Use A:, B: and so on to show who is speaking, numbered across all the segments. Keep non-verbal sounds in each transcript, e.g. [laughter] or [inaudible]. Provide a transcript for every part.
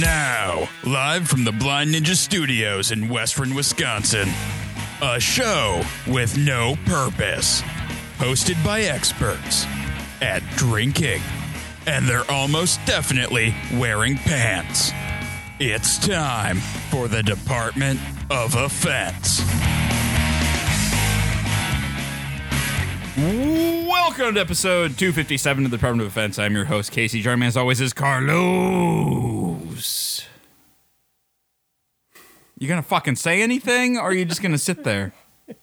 A: Now, live from the Blind Ninja Studios in Western Wisconsin, a show with no purpose, hosted by experts at drinking, and they're almost definitely wearing pants. It's time for the Department of Offense.
B: Welcome to episode 257 of the Department of Defense. I'm your host, Casey. Joining me as always is Carlos. You gonna fucking say anything or are you just gonna sit there?
C: [laughs]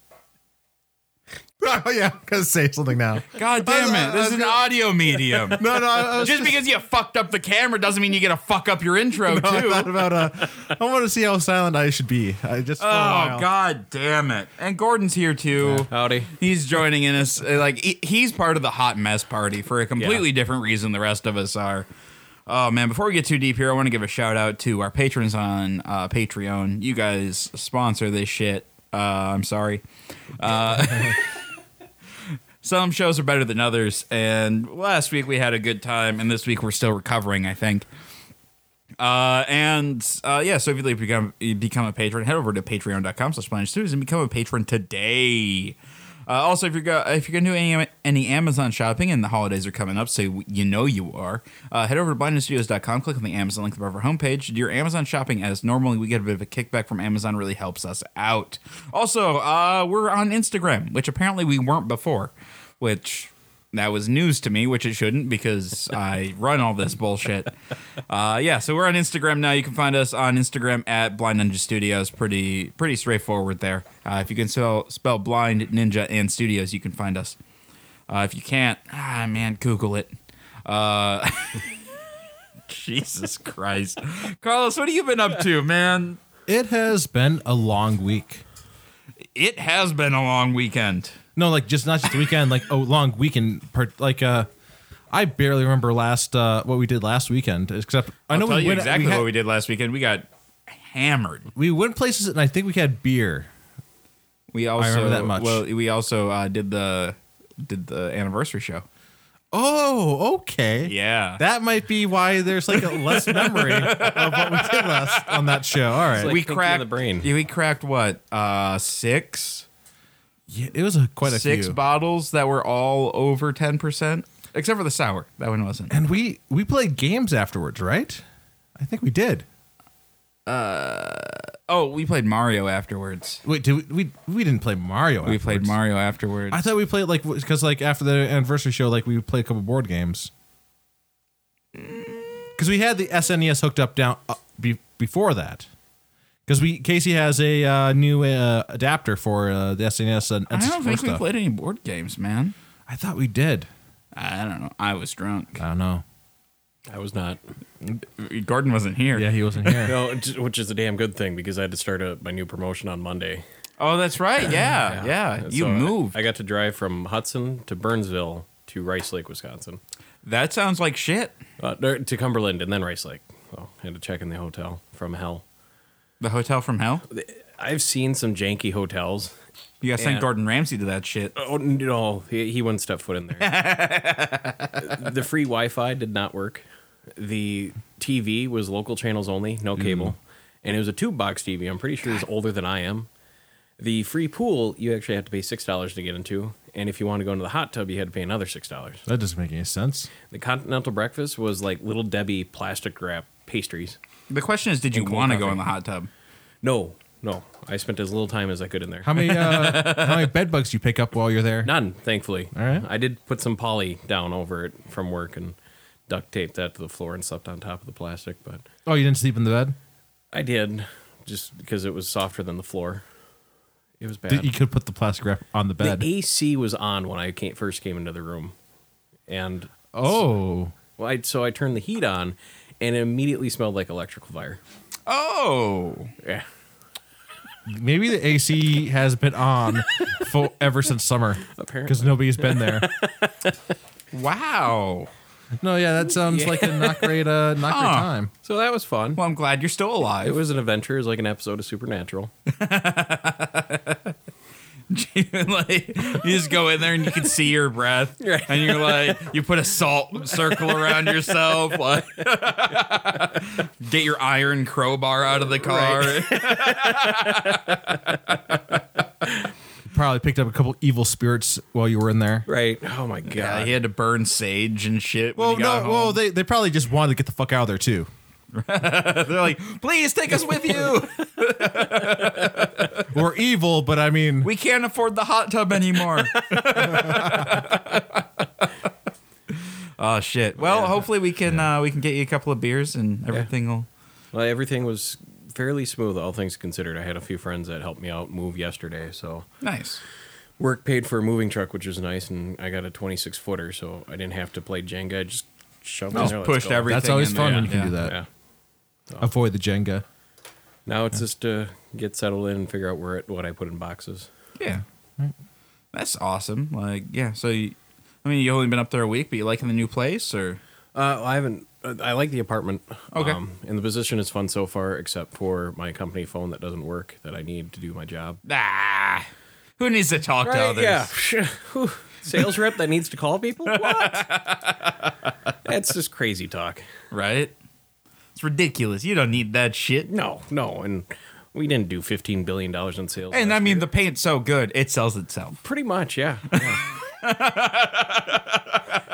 C: Oh yeah, I'm gonna say something now.
B: God damn it. This is an audio medium.
C: No, no, I, I was
B: Just because you fucked up the camera doesn't mean you gotta fuck up your intro, too.
C: I thought about uh, I want to see how silent I should be. I just for a
B: Oh
C: while.
B: god damn it! And Gordon's here too.
D: Howdy.
B: He's joining in us. uh, Like he- he's part of the hot mess party for a completely different reason. The rest of us are. Oh man! Before we get too deep here, I want to give a shout out to our patrons on uh, Patreon. You guys sponsor this shit. Uh, I'm sorry. Uh, [laughs] Some shows are better than others, and last week we had a good time, and this week we're still recovering. I think. Uh, and uh, yeah, so if you'd like to become, become a patron, head over to patreon.com slash Blind Studios and become a patron today. Uh, also, if you're go- if you're gonna do any any Amazon shopping and the holidays are coming up, so you know you are, uh, head over to blindnessstudios.com, click on the Amazon link above our homepage. Do your Amazon shopping as normally we get a bit of a kickback from Amazon, really helps us out. Also, uh, we're on Instagram, which apparently we weren't before, which that was news to me, which it shouldn't
D: [laughs]
B: because I run all this bullshit. Uh, yeah, so we're on Instagram now. You can find us on Instagram at Blind Ninja Studios. Pretty pretty straightforward there. Uh, if you can spell, spell Blind Ninja and Studios, you can find us. Uh, if you can't, ah man, Google it. Uh, [laughs] Jesus Christ, Carlos, what have you been up to, man?
D: It has been a long week.
B: It has been a long weekend.
D: No, like just not just the weekend, like oh, long weekend part like uh I barely remember last uh what we did last weekend except I
B: I'll
D: know
B: tell
D: we
B: you
D: went
B: exactly
D: we, had-
B: what we did last weekend. We got hammered.
D: we went places and I think we had beer.
B: We also
D: remember that much.
B: well, we also uh, did the did the anniversary show.
D: Oh, okay.
B: Yeah.
D: That might be why there's like a less memory of what we did last on that show. All right.
E: like-
B: we
E: pinky in
B: cracked
E: the brain.
B: yeah, We cracked what? Uh, six,
D: Yeah, it was a, quite a
B: six
D: few.
B: bottles that were all over ten percent, except for the sour. That one wasn't.
D: and we we played games afterwards, right? I think we did.
B: Oh, we played Mario afterwards.
D: Wait, did we we, we didn't play Mario.
B: We played
D: afterwards.
B: Mario afterwards.
D: I thought we played like because like after the anniversary show, like we would play a couple board games.
B: Mm.
D: Because we had the SNES hooked up down uh, be, before that. Because we Casey has a uh, new uh, adapter for uh, the SNES and, and
B: I don't
D: for
B: think we
D: stuff.
B: played any board games, man.
D: I thought we did.
B: I don't know. I was drunk.
D: I don't know.
E: I was not.
B: Gordon wasn't here.
D: Yeah, he wasn't here.
E: [laughs] No, which- which is a damn good thing because I had to start a, my new promotion on Monday.
B: Oh, that's right. Yeah, yeah. You
E: So I-
B: moved.
E: I, got to drive from Hudson to Burnsville to Rice Lake, Wisconsin,
B: that sounds like shit.
E: uh, er, to Cumberland, and then Rice Lake. So I had to check in the hotel from hell.
B: The hotel from hell.
E: I've seen some janky hotels.
B: You guys sent
E: Yeah.
B: Gordon Ramsay to that shit.
E: Oh no, he, he wouldn't step foot in there. the free Wi-Fi did not work. The TV was local channels only, no cable, and it was a tube box TV. I'm pretty sure it's older than I am. The free pool you actually had to pay six dollars to get into, and if you wanted to go into the hot tub, you had to pay another six dollars.
D: [laughs] That doesn't make any sense.
E: The continental breakfast was like little Debbie plastic wrap pastries.
B: The question is, did you
E: cold
B: want to go
E: coffee.
B: in the hot tub?
E: No, no, I spent as little time as I could in there.
D: How many uh,
B: [laughs]
D: how many bed bugs do you pick up while you're there?
E: None, thankfully.
D: All right.
E: I did put some poly down over it from work and duct taped that to the floor and slept on top of the plastic, but
D: Oh, you didn't sleep in the bed.
E: I did just because it was softer than the floor. It was bad.
D: Did- You could put the plastic wrap on the
E: the
D: bed.
E: AC was on when I came, first came into the room. And
D: oh,
E: well, I, so I turned the heat on and it immediately smelled like electrical fire.
B: Oh,
E: Yeah.
D: Maybe the AC has been on [laughs] for ever since summer.
E: Apparently.
D: Because nobody's been there.
B: wow.
D: No, yeah, that sounds like a not great, uh, not great
B: Huh.
D: time.
E: So that was fun.
B: Well, I'm glad [laughs] you're still alive.
D: [laughs]
E: it was an adventure. It was like an episode of Supernatural.
B: like you just go in there and you can see your breath,
E: Right.
B: and you're like, you put a salt circle around yourself, [laughs] like get your iron crowbar out of the car.
D: Probably picked up a couple evil spirits while you were in there.
E: Right. Oh my god.
B: Yeah, he had to burn sage and shit. when
D: Well,
B: he got
D: no, well,
B: home. [laughs]
D: they, they probably just wanted to get the fuck out of there too.
B: they're like, please take us with you.
D: We're evil, but I mean,
B: We can't afford the hot tub [laughs] anymore. oh shit. Well, hopefully we can uh, we can get you a couple of beers and everything will
E: Well, everything was fairly smooth, all things considered. I had a few friends that helped me out move yesterday, so
B: nice.
E: work paid for a moving truck, which was nice, and I got a 26 footer, so I didn't have to play Jenga. I just shoved it in there. let's
B: pushed
E: go.
B: every-
D: that's
B: Everything
D: always
B: in
D: fun
B: there,
D: when you can
B: yeah.
D: do that.
E: Yeah.
D: Avoid the Jenga.
E: Now it's just to get settled in and figure out where it, what I put in boxes.
B: Yeah. That's awesome. Like yeah, so you, I mean, you only been up there a week, but you liking the new place or
E: Uh, I haven't. uh, I like the apartment. Um,
B: Okay.
E: and the position is fun so far, except for my company phone that doesn't work that I need to do my job.
B: ah who needs to talk to others?
E: Yeah. [laughs] Whew. Sales rep that needs to call people? What? [laughs] That's just crazy talk.
B: Right? It's ridiculous. You don't need that shit.
E: No, no. And we didn't do $15 billion in sales.
B: And
E: last
B: I mean
E: year.
B: the paint's so good, it sells itself.
E: pretty much, yeah. [laughs] Yeah.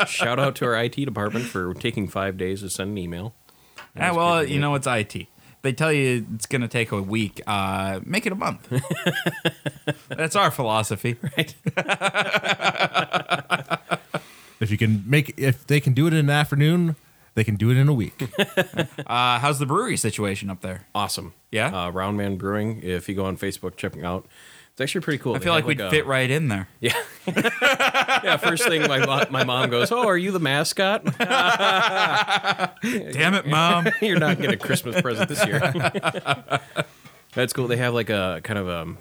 E: Shout out to our IT department for taking five days to send an email.
B: Ah, well, you know it's IT. They tell you it's going to take a week. Uh, make it a
E: [laughs]
B: month. That's our philosophy. [laughs]
D: If you can make, if they can do it in an afternoon, they can do it in a week.
B: Uh, how's the brewery situation up there?
E: Awesome.
B: Yeah?
E: Uh, Round Man Brewing. If you go on Facebook, check them out. It's actually pretty cool.
B: I feel like we'd fit right in there.
E: Yeah. [laughs] yeah. First thing my, mo- my mom goes, Oh, are you the mascot?
B: Damn it,
E: [laughs]
B: mom!
E: You're not getting a Christmas present this year. [laughs] That's cool. They have like a kind of a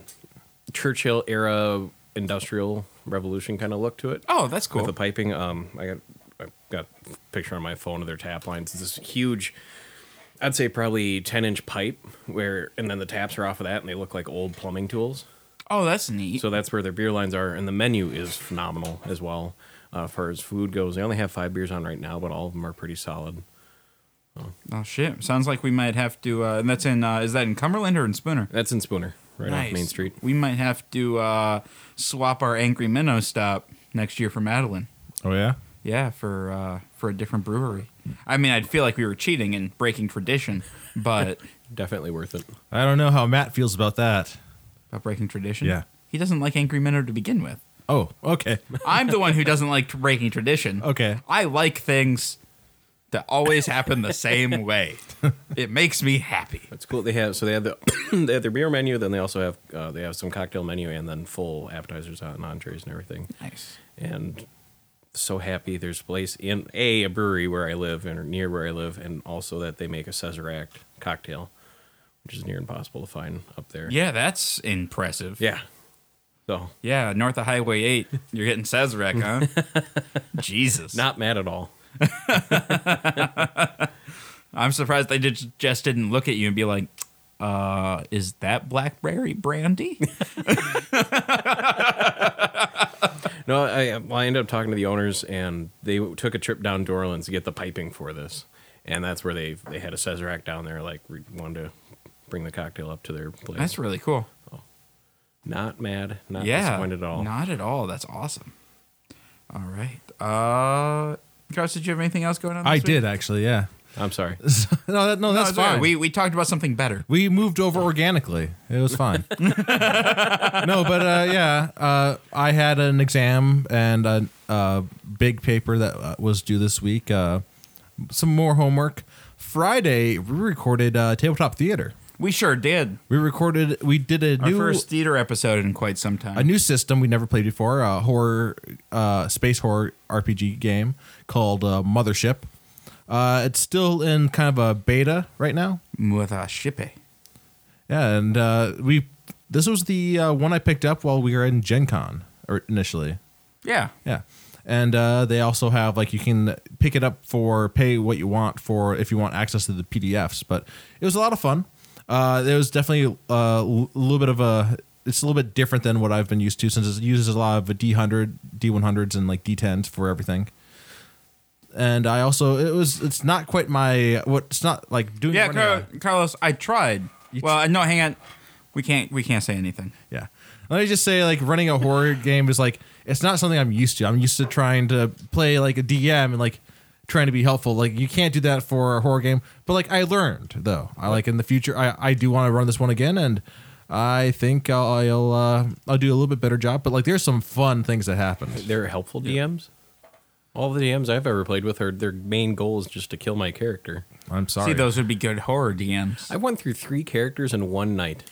E: Churchill era industrial revolution kind of look to it.
B: oh, that's
E: With
B: cool.
E: the piping. Um, I got I got a picture on my phone of their tap lines. It's this huge, I'd say probably 10 inch pipe where, and then the taps are off of that and they look like old plumbing tools.
B: Oh, that's neat.
E: So that's where their beer lines are, and the menu is phenomenal as well. Uh, as far as food goes, they only have five beers on right now, but all of them are pretty solid.
B: oh shit! Sounds like we might have to. Uh, and that's in. Uh, is that in Cumberland or in Spooner?
E: That's in Spooner, right
B: nice.
E: off Main Street.
B: We might have to uh, swap our Angry Minnow stop next year for Madeline.
D: [laughs] oh yeah.
B: Yeah, for uh, for a different brewery. I mean, I'd feel like we were cheating and breaking tradition, but
E: Definitely worth it.
D: I don't know how Matt feels about that.
B: about breaking tradition.
D: Yeah.
B: he doesn't like Angry Minnow to begin with.
D: Oh, okay.
B: I'm the one who doesn't like t- breaking tradition.
D: Okay.
B: I like things that always happen the same way. It makes me happy.
E: That's cool. They have so they have the [coughs] they have their beer menu. Then they also have uh, they have some cocktail menu and then full appetizers and entrees and everything.
B: Nice.
E: And so happy there's a place in a a brewery where I live and near where I live, and also that they make a Cesarac cocktail, which is near impossible to find up there.
B: Yeah, that's impressive.
E: Yeah. So
B: Yeah, north of Highway 8, you're getting Sazerac, huh? Jesus.
E: not mad at all.
B: I'm surprised they did, just didn't look at you and be like, uh, is that blackberry brandy?
E: No, I, well, I ended up talking to the owners, and they took a trip down Dorlands to get the piping for this, and that's where they they had a Cesarac down there, like re- wanted to bring the cocktail up to their place.
B: That's really cool.
E: not mad, not
B: yeah.
E: disappointed at all.
B: Not at all. That's awesome. All right. Uh, Josh, did you have anything else going on?
D: I
B: this week?
D: did actually. Yeah. [laughs]
B: [laughs]
E: I'm sorry.
D: no, that, no,
B: No,
D: that's
B: it's all right.
D: fine.
B: We we talked about something better.
D: We moved over organically. It
B: [laughs]
D: was fine. no, but uh, yeah, uh, I had an exam and a, a big paper that uh, was due this week. Uh, some more homework. Friday, we recorded uh, tabletop theater.
B: We sure did.
D: We recorded. We did a
B: Our
D: new
B: first theater episode in quite some time.
D: a new system we never played before. A horror, uh, space horror RPG game called uh, Mothership. Uh, it's still in kind of a beta right now.
B: with a shippe.
D: Yeah, and uh, we this was the uh, one I picked up while we were in Gen Con or initially.
B: Yeah.
D: Yeah. And uh, they also have like you can pick it up for pay what you want for if you want access to the PDFs. But it was a lot of fun. Uh, there was definitely uh, a little bit of a it's a little bit different than what I've been used to since it uses a lot of D hundred, D one hundreds, and like D tens for everything. And I also it was it's not quite my what it's not like doing
B: Yeah,
D: it
B: Car-
D: right now.
B: Carlos, I tried. well, I no, hang on. We can't. We can't say anything.
D: yeah. Let me just say like running a horror game is like it's not something I'm used to. I'm used to trying to play like a DM and like trying to be helpful. Like you can't do that for a horror game. But like I learned though. I like in the future I I do want to run this one again and I think I'll I'll, uh, I'll do a little bit better job. But like there's some fun things that happened.
E: They're helpful DMs. All the DMs I've ever played with are their main goal is just to kill my character.
D: I'm sorry.
B: See, those would be good horror DMs.
E: I went through three characters in one night.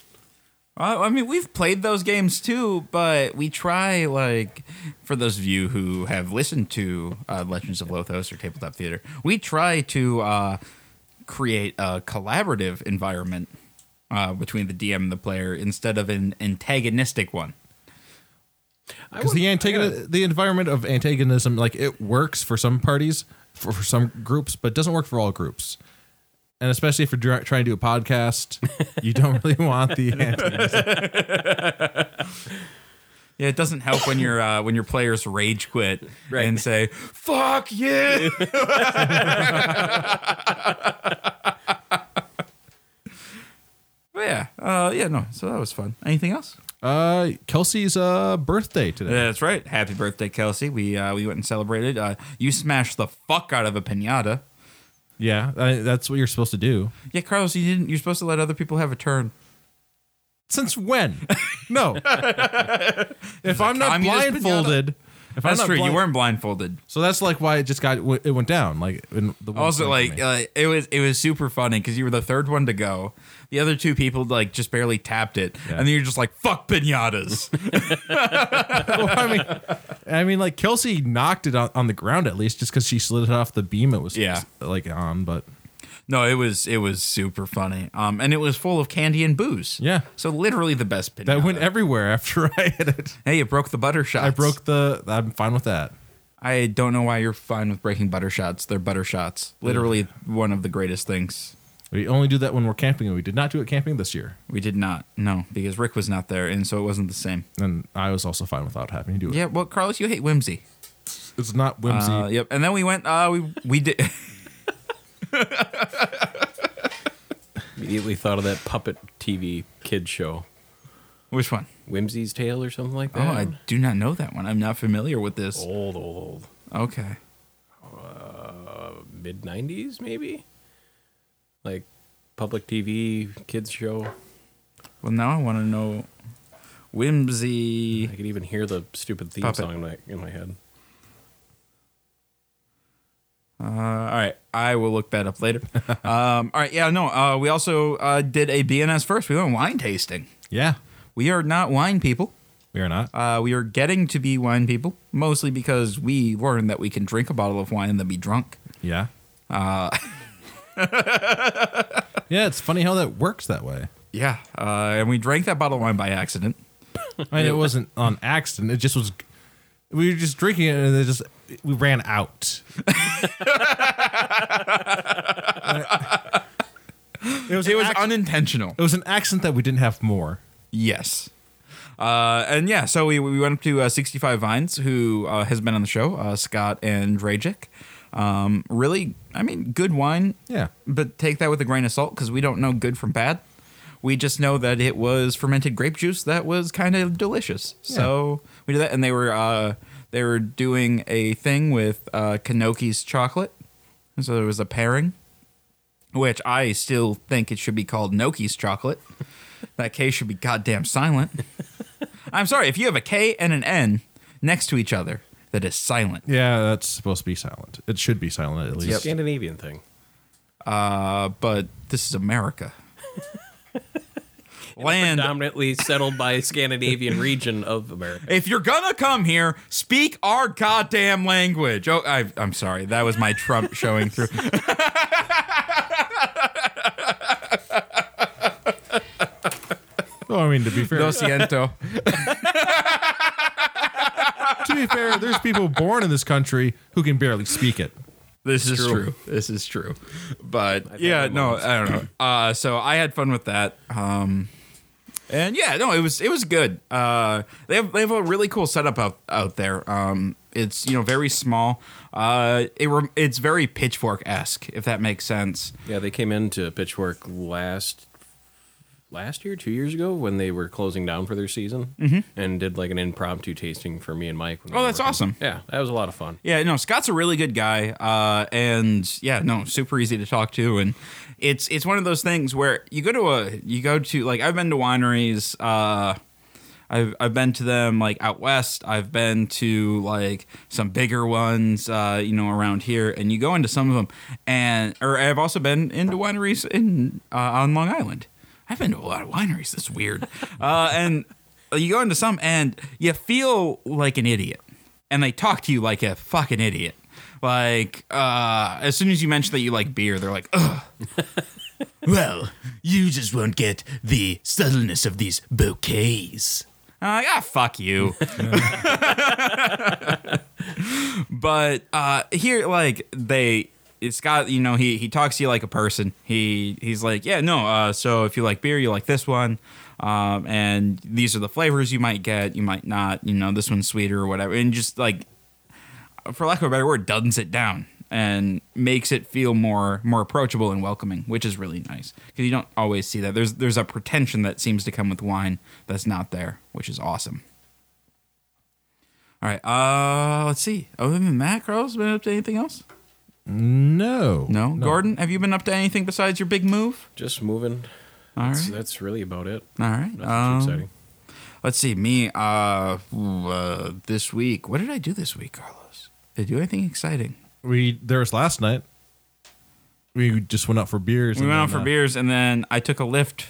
B: I, I mean, we've played those games too, but we try like for those of you who have listened to uh, Legends of Lothos or Tabletop Theater, we try to uh, create a collaborative environment uh, between the DM and the player instead of an antagonistic one.
E: I
D: because
E: went-
D: the
E: I
D: antagon-
E: gotta-
D: the environment of antagonism like it works for some parties for, for some groups but doesn't work for all groups and especially if you're dr- trying to do
B: [laughs]
D: a podcast you don't really want the anti-
B: Yeah, it doesn't help when your uh, when your players rage [laughs] quit
E: Right.
B: and say "fuck you." [laughs] but yeah, uh, yeah, no. So that was fun. Anything else?
D: uh kelsey's uh birthday today
B: That's right. Happy birthday, Kelsey. We uh, we went and celebrated. Uh, you smashed the fuck out of a pinata.
D: yeah I, that's what you're supposed to do
B: Yeah, Carlos, you didn't. You're supposed to let other people have a turn.
D: since when
B: [laughs]
D: no if i'm not
B: communist
D: blindfolded if
B: That's
D: I'm not
B: true.
D: blind-
B: you weren't blindfolded.
D: so that's like why it just got it went down like in the one
B: Also,
D: point for
B: like
D: me.
B: uh, it was it was super funny because you were the third one to go. The other two people like just barely tapped it,
D: Yeah.
B: and then you're just like fuck pinatas. [laughs]
D: [laughs] Well, I mean, I mean, like Kelsey knocked it on, on the ground at least, just because she slid it off the beam. It was
B: Yeah.
D: like on, but
B: no, it was it was super funny. Um, and it was full of candy and booze.
D: Yeah.
B: So literally the best pinata.
D: that went everywhere after [laughs] I hit it.
B: hey, you broke the butter shots.
D: I broke the. I'm fine with that.
B: I don't know why you're fine with breaking butter shots. They're butter shots. Literally one of the greatest things.
D: We only do that when we're camping, and we did not do it camping this year.
B: We did not. No, because Rick was not there, and so it wasn't the same.
D: And I was also fine without having to do it.
B: Yeah. Well, Carlos, you hate whimsy.
D: It's not whimsy.
B: Uh, yep. And then we went. Uh, we we did. [laughs]
E: immediately thought of that puppet TV kid show,
B: Which one?
E: Whimsy's Tale or something like
B: Oh,
E: that.
B: I do not know that one. I'm not familiar with this.
E: old, old, old,
B: Okay.
E: mid '90s maybe, like public TV kids show.
B: Well, now I want to know Whimsy.
E: I could even hear the stupid theme
B: Puppet.
E: song in my, in my head.
B: Uh, all right. I will look that up later. um, all right. Yeah, no. Uh, we also uh, did a BNS first. We went wine tasting.
D: yeah,
B: We are not wine people.
D: we are not.
B: Uh, we are getting to be wine people, mostly because we learned that we can drink a bottle of wine and then be drunk.
D: yeah.
B: [laughs]
D: Uh. yeah, it's funny how that works that way.
B: Yeah. Uh, and we drank that bottle of wine by accident.
D: I mean, it wasn't on accident. It just was. We were just drinking it, and it just we ran out. [laughs] it was.
B: It was
D: An, ac-
B: unintentional.
D: it was an accident that we didn't have more.
B: Yes. Uh, and yeah, so we, we went up to uh, 65 Vines, who uh, has been on the show, uh, Scott and Dragic. Um, really, I mean, good wine.
D: Yeah.
B: But take that with a grain of salt because we don't know good from bad. We just know that it was fermented grape juice that was kind of delicious. So we did that, and they were uh, they were doing a thing with uh, Kanoki's chocolate, and so there was a pairing, which I still think it should be called Noki's chocolate. that K should be goddamn silent. [laughs] I'm sorry if you have a K and an N next to each other that is silent.
D: Yeah, that's supposed to be silent. It should be silent at least.
E: Scandinavian thing.
B: Uh, but this is America. Land.
E: Dominantly settled by Scandinavian region of America.
B: If you're gonna come here, speak our goddamn language. Oh, I, I'm sorry. That was my Trump showing through.
D: Well, I mean, to be fair,
B: Lo siento.
D: to be fair, there's people born in this country who can barely speak it.
B: This is true. This is true. But
E: had
B: yeah,
E: my
B: no, I don't know. Uh, so I had fun with that. Um, And yeah, no, it was it was good. Uh, they have they have a really cool setup out out there. Um, it's you know very small. Uh, it rem- it's very pitchfork esque if that makes sense.
E: Yeah, they came into Pitchfork last last year, two years ago, when they were closing down for their season, and did like an impromptu tasting for me and Mike. when we
B: Mm-hmm. Oh,
E: were
B: that's
E: working.
B: awesome.
E: Yeah, that was a lot of fun.
B: Yeah, no, Scott's a really good guy, uh, and yeah, no, super easy to talk to, and it's it's one of those things where you go to a you go to like I've been to wineries, uh, I've I've been to them like out west, I've been to like some bigger ones, uh, you know, around here, and you go into some of them, and or I've also been into wineries in uh, on Long Island. I've been to a lot of wineries. That's weird, [laughs] uh, and you go into some and you feel like an idiot and they talk to you like a fucking idiot. Like, uh, as soon as you mention that you like beer, they're like, ugh. well, you just won't get the subtleness of these bouquets. And I'm like, ah, fuck you. but uh, here, like, they. It's got you know he he talks to you like a person. He he's like yeah no uh, so if you like beer you like this one, um, and these are the flavors you might get you might not you know this one's sweeter or whatever and just like for lack of a better word, dumbs it down and makes it feel more more approachable and welcoming, which is really nice because you don't always see that. There's there's a pretension that seems to come with wine that's not there, which is awesome. All right, uh, let's see. Other than that, Carlos, been up to anything else?
D: No.
B: No? Gordon, have you been up to anything besides your big move?
E: Just moving.
B: All
E: That's,
B: right.
E: that's really about it.
B: All right.
E: Nothing
B: um,
E: too exciting.
B: Let's see. Me, uh, ooh, uh, this week. What did I do this week, Carlos? Did I do anything exciting?
D: We there was last night. We just went out for beers.
B: We
D: and
B: went out
D: then,
B: for
D: uh,
B: beers, and then I took a lift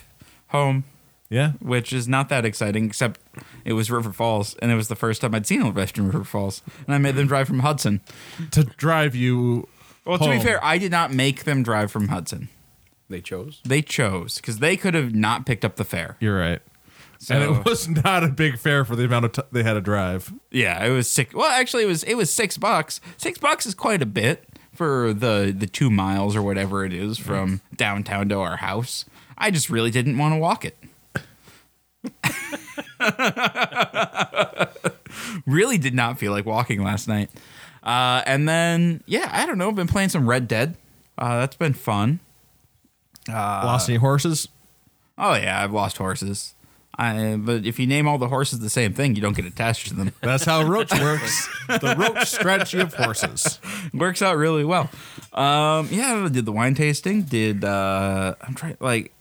B: home,
D: Yeah.
B: which is not that exciting, except it was River Falls, and it was the first time I'd seen a lift in River Falls, and I made them drive from Hudson.
D: To drive you.
B: Well, to
D: home.
B: be fair, I did not make them drive from Hudson.
E: They chose.
B: They chose because they could have not picked up the fare.
D: You're right.
B: So
D: And it was [laughs] not a big fare for the amount of t- they had to drive.
B: yeah, it was six. Well, actually, it was it was six bucks. Six bucks is quite a bit for the the two miles or whatever it is from downtown to our house. I just really didn't want to walk it. [laughs] really did not feel like walking last night. Uh, and then yeah, I don't know. I've been playing some Red Dead. Uh, that's been fun.
D: Lost any horses?
B: Oh yeah, I've lost horses. I, but if you name all the horses the same thing, you don't get attached to them.
D: That's how roach [laughs] works. the roach strategy of horses.
B: works out really well. Um, yeah, I did the wine tasting. Did uh, I'm trying like,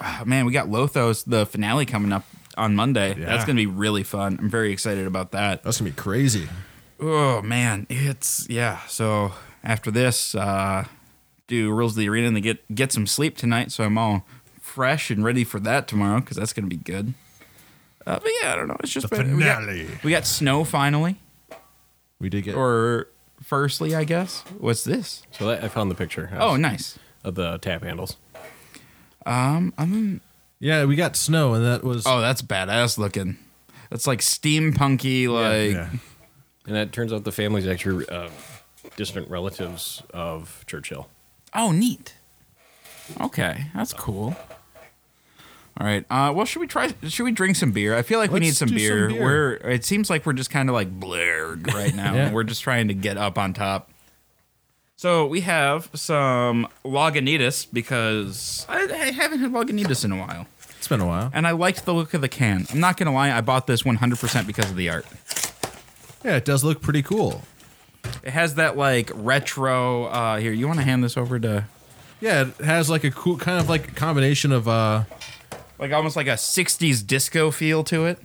B: ah, man, we got Lothos the finale coming up on Monday. That's gonna be really fun. I'm very excited about that.
D: That's gonna be crazy.
B: Oh man, it's yeah. So after this, uh, do rules of the arena and get get some sleep tonight. So I'm all fresh and ready for that tomorrow because that's gonna be good. Uh, but yeah, I don't know. It's just
D: The
B: been- we got-
D: finale.
B: we got snow finally,
D: We did get
B: or firstly, I guess. What's this?
E: So that, I found the picture.
B: Oh, nice.
E: of the tap handles.
D: Yeah, we got snow and that was
B: Oh, that's badass looking. That's like steampunky, like
D: yeah.
E: And it turns out the family's actually uh, distant relatives of Churchill.
B: oh, neat. Okay, that's cool. All right. Uh, well, should we try? Should we drink some beer? I feel like we
D: Let's
B: need some
D: do some
B: beer.
D: beer.
B: We're. It seems like we're just kind of like
D: [laughs]
B: blurred right now.
D: Yeah.
B: and We're just trying to get up on top. So we have some Lagunitas because I, I haven't had Lagunitas in a while,
D: it's been a while.
B: and I liked the look of the can. I'm not gonna lie, I bought this 100% because of the art.
D: Yeah, it does look pretty cool.
B: It has that like retro. Uh, here, you want to hand this over to
D: Yeah, it has like a cool kind of like a combination of uh
B: like almost like a '60s disco feel to it.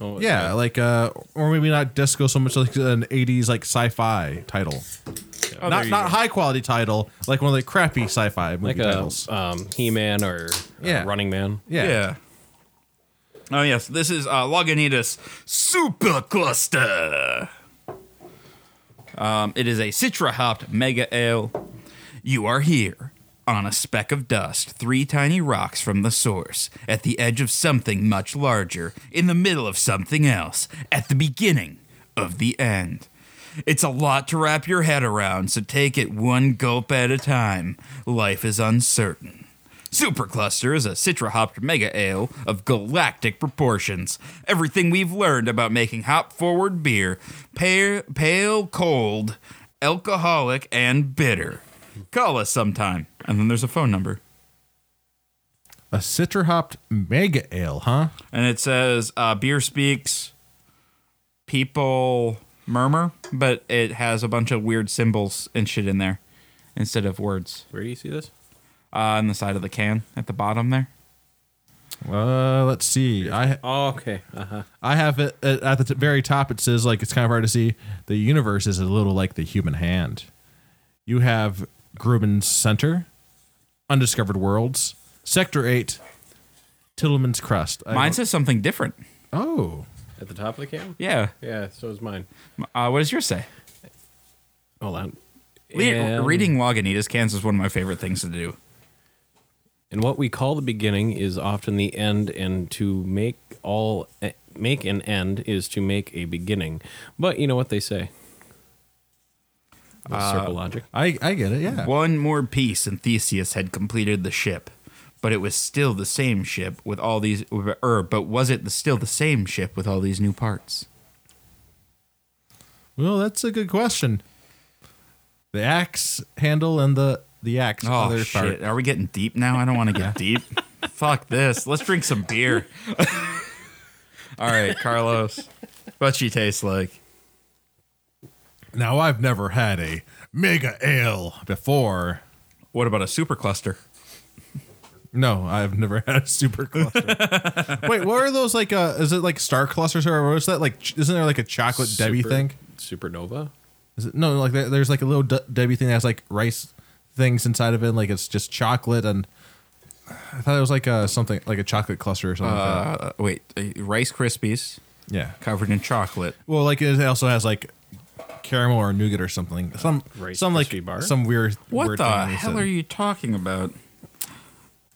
E: Oh,
D: yeah, like uh or maybe not disco so much like an 80s like sci-fi title.
B: Oh, there
D: not
B: you
D: not
B: go.
D: high quality title, like one of the crappy sci-fi movie
E: like a
D: titles.
E: um, He-Man or uh,
D: Yeah.
E: Running Man.
D: yeah.
B: Oh yes, this is uh, Lagunitas Supercluster. Um, it is a Citra hopped mega ale. You are here on a speck of dust, three tiny rocks from the source, at the edge of something much larger, in the middle of something else, at the beginning of the end. It's a lot to wrap your head around, so take it one gulp at a time. Life is uncertain. Supercluster is a citra hopped mega ale of galactic proportions. Everything we've learned about making hop forward beer pale, pale cold, alcoholic, and bitter. Call us sometime. And then there's a phone number.
D: A citra hopped mega ale, huh?
B: and it says uh, beer speaks people murmur but it has a bunch of weird symbols and shit in there instead of words
E: Where do you see this?
B: uh, on the side of the can at the bottom there
D: Uh, let's see. I
E: Oh, okay. Uh huh.
D: I have it at at the t- very top. It says like it's kind of hard to see. The universe is a little like the human hand. You have Grubman's Center, Undiscovered Worlds, Sector Eight, Tittleman's Crust. I
B: mine
D: don't-
B: says something different
D: oh,
E: At the top of the can?
B: yeah
E: Yeah, so is mine.
B: uh, what does yours say
E: Hold on.
B: Le-
E: And-
B: reading lagunitas cans is one of my favorite things to do
E: And what we call the beginning is often the end, and to make all eh, make an end is to make a beginning. But you know what they say. The circle logic.
D: I I get it. Yeah.
B: One more piece, and Theseus had completed the ship. But it was still the same ship with all these. Er, but was it the, still the same ship with all these new parts?
D: Well, that's a good question. The axe handle and the the axe.
B: Oh
D: other
B: shit!
D: part.
B: Are we getting deep now? I don't want to
D: [laughs]
B: get deep. Fuck this. Let's drink some beer. [laughs] All right, Carlos. What she tastes like?
D: Now I've never had a mega ale before.
B: What about a supercluster?
D: No, I've never [laughs] had a super cluster. [laughs] Wait, what are those like? Uh, is it like star clusters or what's that? Like, ch- isn't there like a chocolate Debbie
E: Super-
D: thing?
E: Supernova.
D: Is it no? Like, there, there's like a little De- Debbie thing that has like rice things inside of it. And, like, it's just chocolate, and I thought it was like uh something like a chocolate cluster or something. like
B: Uh, wait, uh, Rice Krispies
D: that. Yeah.
B: covered in chocolate.
D: Well, like it also has like caramel or nougat or something. Some
E: Rice
D: some like
E: Krispie bar?
D: some weird.
B: What
D: weird
B: the
D: thing they
B: hell
D: said.
B: are you talking about?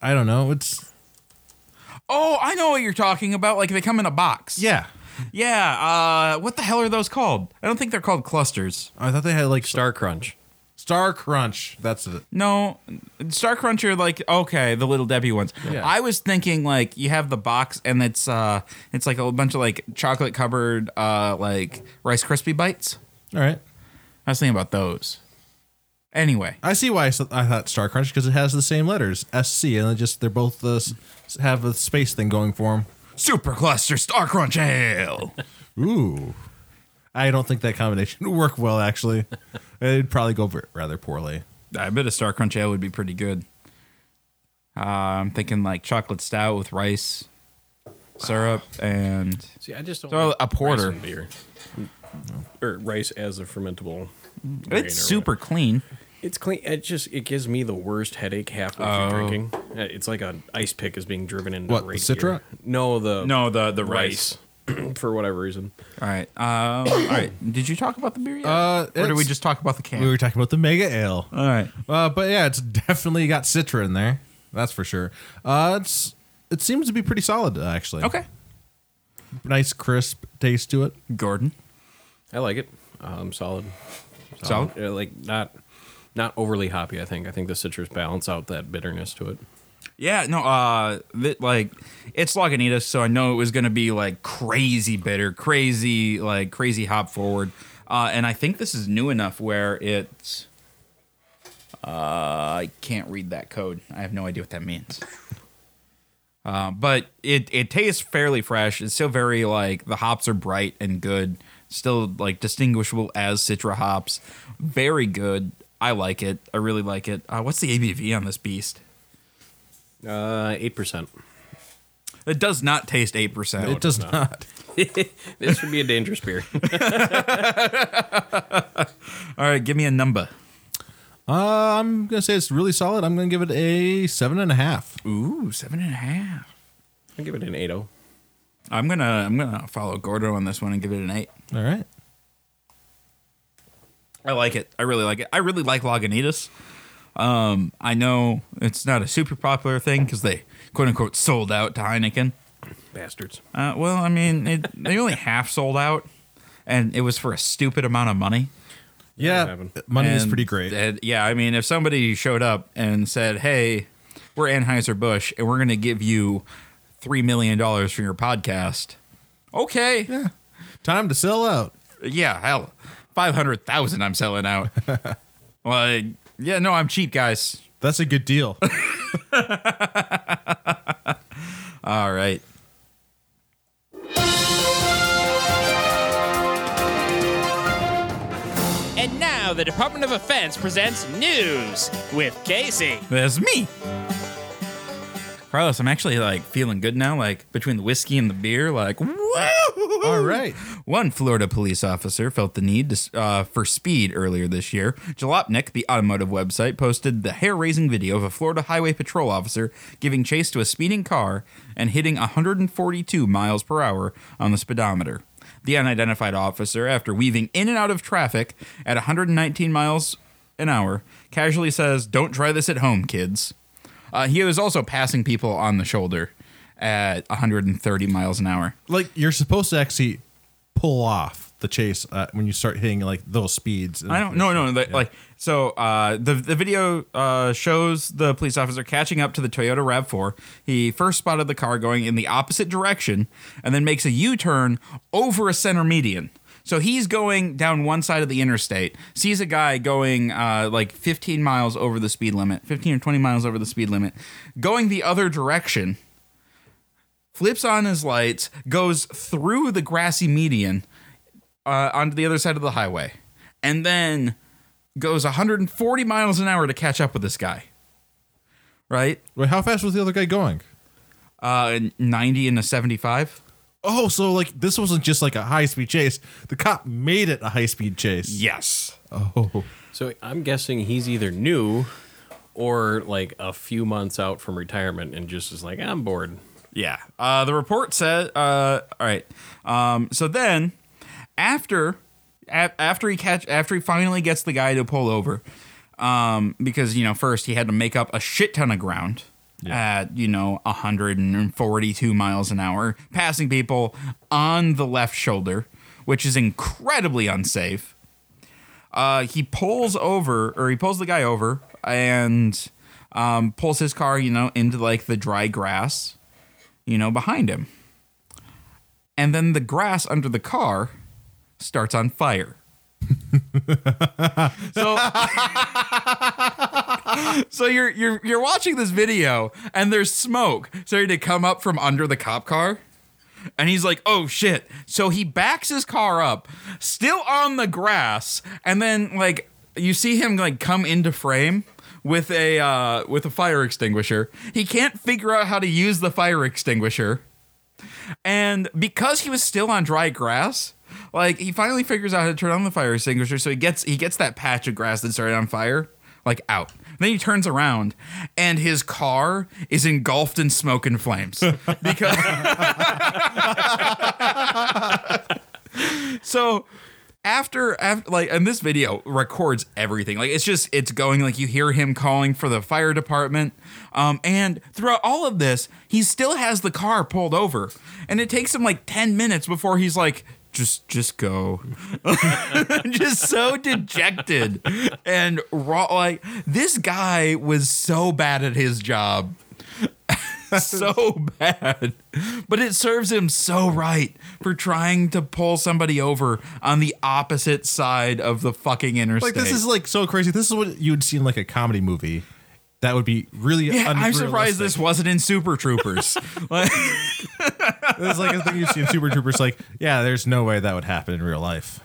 D: I don't know. It's
B: Oh, I know what you're talking about. Like they come in a box.
D: yeah.
B: Yeah. Uh, what the hell are those called? I don't think they're called clusters.
D: I thought they had like Star
E: Star Crunch.
D: Star Crunch. That's it.
B: No, Star Crunch are like okay, the little Debbie ones.
D: Yeah.
B: I was thinking like you have the box and it's uh it's like a bunch of like chocolate covered uh like Rice Krispie bites.
D: All right.
B: I was thinking about those. Anyway,
D: I see why I s- I thought Star Crunch because it has the same letters SC and they just they're both the s- have a space thing going for
B: Supercluster Star Crunch Ale.
D: them. Ooh, I don't think that combination [laughs] would work well. Actually, it'd probably go ver- rather poorly.
B: I bet a Star Crunch Ale would be pretty good. Uh, I'm thinking like chocolate stout with rice syrup and
E: See, I just don't
B: Throw
E: like
B: a porter.
E: rice in beer. Mm. Or rice as a fermentable. grain or
B: it's super clean.
E: whatever. It's clean. It just it gives me the worst headache halfway through
B: Oh.
E: drinking. Uh, It's like an ice pick is being driven into
D: What, the
E: right
D: Citra?
E: here. No, the
B: No, the the
E: rice. [clears throat] for whatever reason.
B: All right. Um, all right. Did you talk about the beer yet?
D: Uh,
B: or did
D: it's-
B: we just talk about the can?
D: [laughs] We were talking about the mega ale.
B: all right.
D: Uh, but yeah, it's definitely got Citra in there. That's for sure. Uh, it's it seems to be pretty solid uh, actually.
B: Okay.
D: nice crisp taste to it.
B: Gordon.
E: I like it. Um, solid.
B: Solid?
E: Uh, like not not overly hoppy. I think. I think the citrus balance out that bitterness to it.
B: Yeah. No. Uh, th- like it's Lagunitas, so I know it was gonna be like crazy bitter, crazy like crazy hop forward. Uh, and I think this is new enough where it's. Uh, I can't read that code. I have no idea what that means. Uh, but it it tastes fairly fresh. It's still very like the hops are bright and good. Still like distinguishable as Citra hops. Very good. I like it. I really like it. Uh, what's the ABV on this beast?
E: Uh, eight percent.
B: It does not taste eight percent.
D: it does not.
E: This would be a dangerous beer. [laughs]
B: All right, give me a number.
D: Uh, I'm gonna say it's really solid. I'm gonna give it a seven and a half.
B: Ooh, seven and a half.
E: I give it an eight oh.
B: I'm gonna I'm gonna follow Gordo on this one and give it an eight.
D: All right.
B: I like it. I really like it. I really like Lagunitas. Um, I know it's not a super popular thing because they quote unquote sold out to Heineken.
E: Bastards.
B: Uh, well, I mean, it, they only [laughs] half sold out, and it was for a stupid amount of money.
D: Yeah,
E: happened.
D: money is
B: And
D: pretty great.
B: that- yeah, I mean, if somebody showed up and said, "Hey, we're Anheuser Busch, and we're going to give you three million dollars for your podcast. Okay, yeah,
D: Time to sell out.
B: hell, five hundred thousand. I'm selling
D: [laughs]
B: out. like, yeah, no, I'm cheap, guys.
D: That's a good [laughs] deal.
B: All right.
F: And now the Department of Defense presents news with Casey.
B: That's me. Carlos, I'm actually like feeling good now, like between the whiskey and the beer, like woo!
D: All right.
B: One Florida police officer felt the need to, uh, for speed earlier this year. Jalopnik, the automotive website, posted the hair-raising video of a Florida Highway Patrol officer giving chase to a speeding car and hitting 142 miles per hour on the speedometer. The unidentified officer, after weaving in and out of traffic at 119 miles an hour, casually says, "Don't try this at home, kids." Uh, he was also passing people on the shoulder at 130 miles an hour.
D: Like you're supposed to actually pull off the chase uh, when you start hitting like those speeds.
B: I don't. No, no. Like, like so, uh, the the video uh, shows the police officer catching up to the Toyota Rav Four. He first spotted the car going in the opposite direction, and then makes a U turn over a center median. So he's going down one side of the interstate, sees a guy going uh, like 15 miles over the speed limit, 15 or 20 miles over the speed limit, going the other direction flips on his lights, goes through the grassy median uh, onto the other side of the highway, and then goes 140 miles an hour to catch up with this guy. Right?
D: Wait, how fast was the other guy going?
B: Uh, 90 and a 75.
D: Oh, so like this wasn't just like a high speed chase. The cop made it a high speed chase.
B: Yes.
D: Oh,
E: So I'm guessing he's either new or like a few months out from retirement and just is like, I'm bored.
B: Yeah. Uh, the report said. Uh, all right. Um, so then, after, a- after he catch, after he finally gets the guy to pull over, um, because you know first he had to make up a shit ton of ground at you know 142 miles an hour, passing people on the left shoulder, which is incredibly unsafe. Uh, he pulls over, or he pulls the guy over, and um, pulls his car, you know, into like the dry grass you know, behind him. And then the grass under the car starts on fire. so So you're you're you're watching this video and there's smoke starting to come up from under the cop car. And he's like, "Oh shit." So he backs his car up, still on the grass, and then like you see him like come into frame with a uh with a fire extinguisher. He can't figure out how to use the fire extinguisher. And because he was still on dry grass, like he finally figures out how to turn on the fire extinguisher. So he gets he gets that patch of grass that started on fire, like out. Then he turns around, and his car is engulfed in smoke and flames. [laughs] Because so after after like and this video records everything like it's just it's going like you hear him calling for the fire department um and throughout all of this he still has the car pulled over and it takes him like 10 minutes before he's like just just go [laughs] just so dejected and raw like this guy was so bad at his job [laughs] so bad. But it serves him so right for trying to pull somebody over on the opposite side of the fucking interstate.
D: like this is like so crazy. This is what you would see in like a comedy movie. That would be really.
B: yeah, I'm surprised
D: unrealistic. [laughs]
B: this wasn't in Super Troopers. like,
D: This is like a thing you see in Super Troopers. Like, yeah, there's no way that would happen in real life.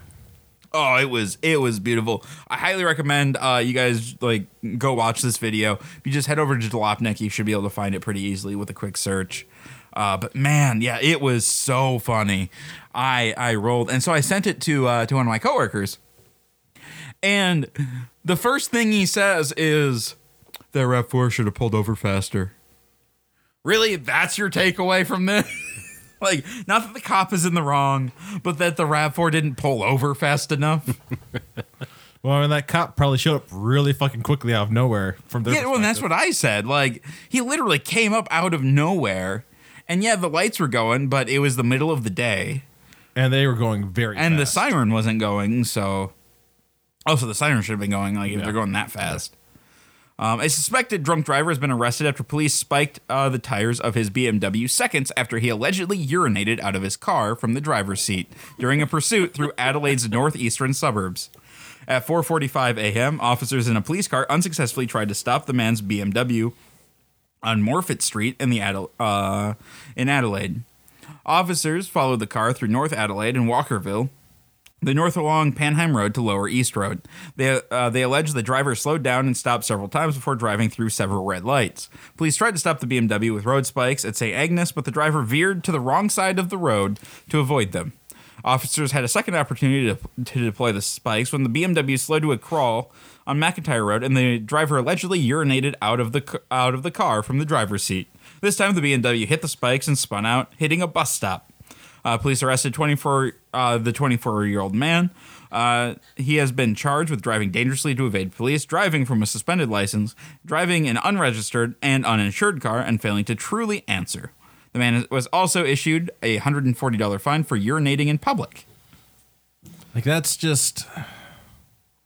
B: oh, it was it was beautiful. I highly recommend uh, you guys like go watch this video. If you just head over to Jalopnik, you should be able to find it pretty easily with a quick search. Uh, but man, yeah, it was so funny. I I rolled, and so I sent it to uh, to one of my coworkers. And the first thing he says is, "That Rav Four should have pulled over faster." Really, that's your takeaway from this? [laughs] like, not that the cop is in the wrong, but that the Rav Four didn't pull over fast enough.
D: Well, I mean, that cop probably showed up really fucking quickly out of nowhere from their.
B: yeah, well, that's what I said. Like, he literally came up out of nowhere, and yeah, the lights were going, but it was the middle of the day,
D: and they were going very.
B: and the
D: fast.
B: siren wasn't going. So, oh, so the siren should have been going. Like, if they're going that fast. Um, a suspected drunk driver has been arrested after police spiked uh, the tires of his BMW seconds after he allegedly urinated out of his car from the driver's seat during a pursuit through Adelaide's northeastern suburbs. At 4:45 a.m., officers in a police car unsuccessfully tried to stop the man's BMW on Morfitt Street in the Adel- uh, in Adelaide. Officers followed the car through North Adelaide and Walkerville, the north along Panheim Road to Lower East Road. They, uh, they allege the driver slowed down and stopped several times before driving through several red lights. Police tried to stop the BMW with road spikes at St. Agnes, but the driver veered to the wrong side of the road to avoid them. Officers had a second opportunity to, to deploy the spikes when the BMW slowed to a crawl on McIntyre Road, and the driver allegedly urinated out of the c- out of the car from the driver's seat. This time, the BMW hit the spikes and spun out, hitting a bus stop. Uh, police arrested 24 uh, the 24 year old man. Uh, he has been charged with driving dangerously to evade police, driving from a suspended license, driving an unregistered and uninsured car, and failing to truly answer. The man was also issued a $140 fine for urinating in public.
D: Like that's just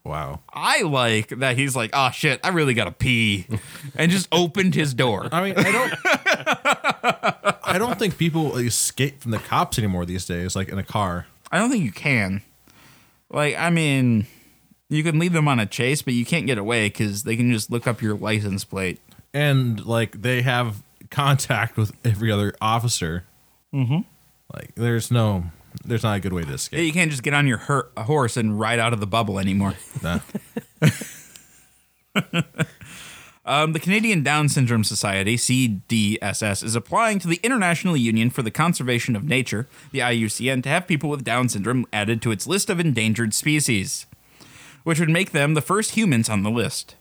D: wow.
B: I like that he's like, oh shit, I really gotta pee, and just opened his door.
D: I mean, I don't. I don't [laughs] think people escape from the cops anymore these days, like in a car.
B: I don't think you can. Like, I mean, you can leave them on a chase, but you can't get away because they can just look up your license plate.
D: and like they have contact with every other officer. Mm-hmm. Like there's no, there's not a good way to
B: Yeah,
D: escape.
B: You can't just get on your her- horse and ride out of the bubble anymore.
D: Nah.
B: Um, the Canadian Down Syndrome Society, CDSS, is applying to the International Union for the Conservation of Nature, the IUCN, to have people with Down syndrome added to its list of endangered species, which would make them the first humans on the list.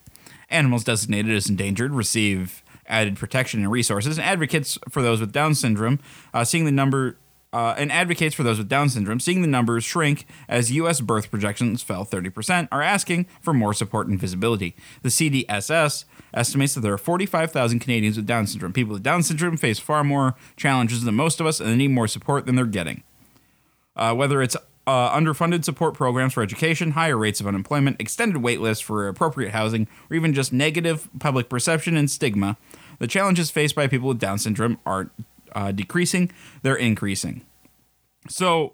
B: Animals designated as endangered receive added protection and resources, and advocates for those with Down syndrome, uh, seeing the number. Uh, and advocates for those with Down syndrome, seeing the numbers shrink as U.S. birth projections fell 30%, are asking for more support and visibility. The CDSS estimates that there are 45,000 Canadians with Down syndrome. People with Down syndrome face far more challenges than most of us, and they need more support than they're getting uh, whether it's uh, underfunded support programs for education, higher rates of unemployment, extended wait lists for appropriate housing, or even just negative public perception and stigma, the challenges faced by people with Down syndrome aren't uh, decreasing, they're increasing. So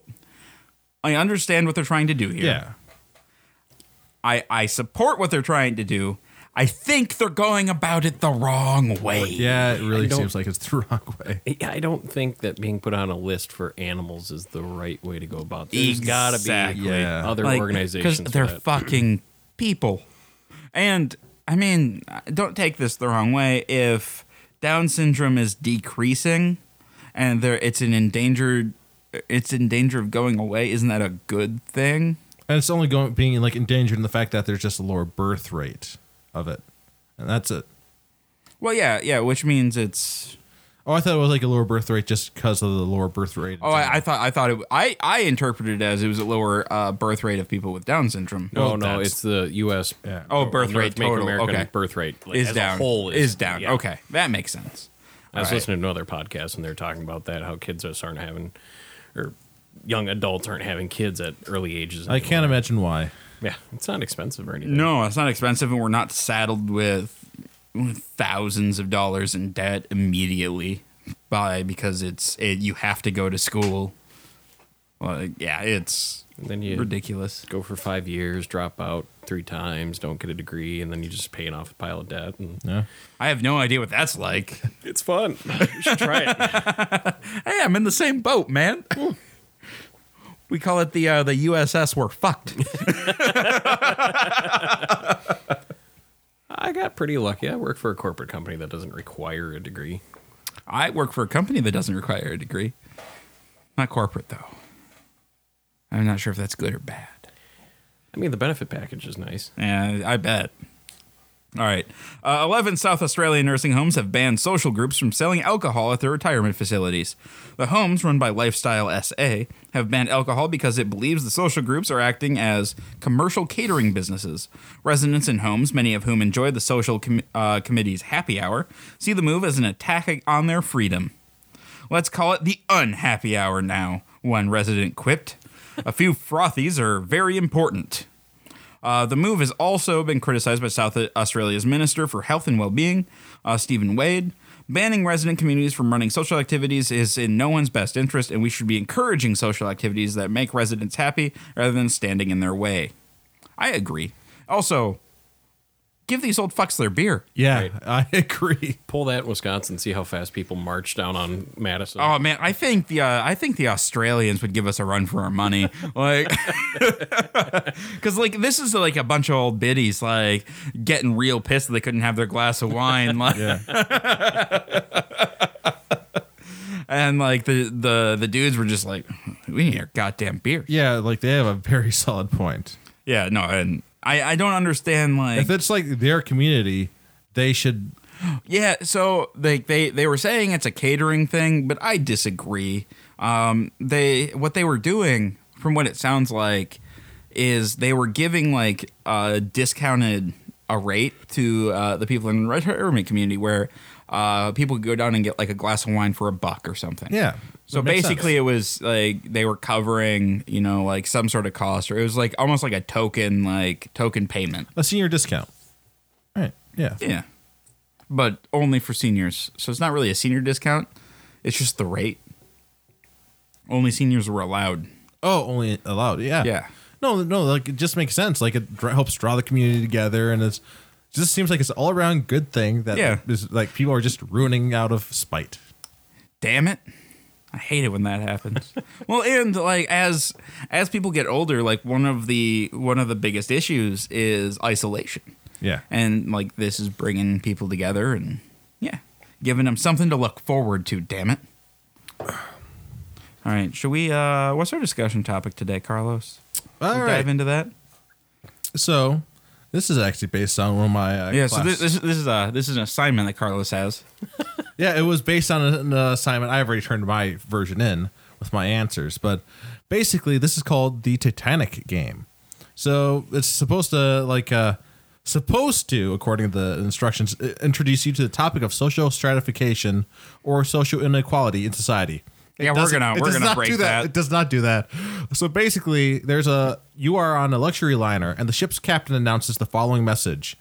B: I understand what they're trying to do here.
D: yeah,
B: I, I support what they're trying to do. I think they're going about it the wrong way.
D: yeah. It really
E: don't-
D: seems like it's the [laughs] wrong way.
E: Yeah, I don't think that being put on a list for animals is the right way to go about this. There's gotta be
B: Exactly.
E: like,
D: Yeah.
E: other organizations.
B: because
E: for
B: they're
E: that. [clears throat]
B: fucking people. And I mean, don't take this the wrong way. If Down syndrome is decreasing, and there it's an endangered, it's in danger of going away. Isn't that a good thing?
D: And it's only going being like endangered in the fact that there's just a lower birth rate of it, and that's it.
B: Well, yeah, yeah. Which means it's.
D: Oh, I thought it was like a lower birth rate just because of the lower birth rate.
B: Oh, I, I thought I thought it. I I interpreted it as it was a lower uh, birth rate of people with Down syndrome.
E: no,
D: well,
E: no,
D: that's-
E: it's the U.S. Yeah.
B: Oh, birth rate
E: Make
B: total.
E: American
B: Okay.
E: birth rate like,
B: is
E: as
B: down.
E: A whole
B: is, down.
E: yeah.
B: Okay, that makes sense.
E: I was
B: All right.
E: listening to another podcast and they're talking about that how kids just aren't having or young adults aren't having kids at early ages.
D: I can't
E: anymore.
D: imagine why.
E: Yeah, it's not expensive or anything.
B: No, it's not expensive, and we're not saddled with thousands of dollars in debt immediately by because it's it, you have to go to school. Like, yeah, it's
E: Then you
B: ridiculous.
E: go for five years, drop out three times, don't get a degree, and then you're just paying off a pile of debt. And
D: Yeah.
B: I have no idea what that's like. [laughs] hey,
E: it's fun. you should try it.
B: I'm in the same boat, [laughs] man. we call it the uh, the USS. We're fucked.
E: [laughs] I got pretty lucky. I work for a corporate company that doesn't require a degree.
B: [laughs] I work for a company that doesn't require a degree. Not corporate though. I'm not sure if that's good or bad.
E: I mean, the benefit package is nice.
B: Yeah, I bet. All right. Uh, 11 South Australian nursing homes have banned social groups from selling alcohol at their retirement facilities. The homes, run by Lifestyle SA, have banned alcohol because it believes the social groups are acting as commercial catering businesses. Residents in homes, many of whom enjoy the social com- uh, committee's happy hour, see the move as an attack on their freedom. Let's call it the unhappy hour now, one resident quipped. A few frothies are very important. Uh, the move has also been criticized by South Australia's Minister for Health and Wellbeing, uh, Stephen Wade. Banning resident communities from running social activities is in no one's best interest, and we should be encouraging social activities that make residents happy rather than standing in their way. I agree. Also, give these old fucks their beer.
D: Yeah, [laughs] I agree.
E: Pull that in Wisconsin, see how fast people march down on Madison.
B: Oh man, I think the uh, I think the Australians would give us a run for our
D: [laughs]
B: money, like, [laughs] because like this is like a bunch of old biddies like getting real pissed that they couldn't have their glass of wine, like, [laughs] and like the the the dudes were just like, we need our goddamn beer.
D: Yeah, like they have a very [laughs] solid point.
B: Yeah, no, and I I don't understand like
D: If it's like their community, they should.
B: Yeah, so like they, they were saying it's a catering thing, but I disagree. Um, they what they were doing, from what it sounds like, is they were giving like a discounted a rate to uh, the people in the retirement community where uh, people could go down and get like a glass of wine for a buck or something.
D: Yeah.
B: So
D: It makes
B: basically,
D: sense.
B: it was like they were covering, you know, like some sort of cost, or it was like almost like a token, like token payment.
D: a senior discount. Right. Yeah.
B: Yeah. But only for seniors. So it's not really a senior discount. It's just the rate. Only seniors were allowed.
D: Oh, only allowed. Yeah.
B: Yeah.
D: No, no, like it just makes sense. Like it dr- helps draw the community together, and it's just seems like it's all around good thing that
B: Yeah.
D: is like people are just ruining out of spite.
B: Damn it. I hate it when that
D: [laughs]
B: happens. well, and like as as people get older, like one of the one of the biggest issues is isolation.
D: Yeah.
B: And like this is bringing people together and yeah, giving them something to look forward to, damn it. All right, should we uh what's our discussion topic today, Carlos?
D: All
B: Should we
D: right.
B: Dive into that.
D: So this is actually based on one of my uh,
B: Yeah, so
D: class-
B: this, this, this is a this is an assignment that Carlos has.
D: Yeah, it was based on an assignment. I've already turned my version in with my answers, but basically, this is called the Titanic game. So it's supposed to like uh, supposed to, according to the instructions, i- introduce you to the topic of social stratification or social inequality in society. It
B: Yeah, we're
D: doesn't-
B: gonna
D: it
B: we're
D: does
B: gonna
D: not
B: break
D: do
B: that.
D: It does not do that. So basically, there's a you are on a luxury liner, and the ship's captain announces the following message: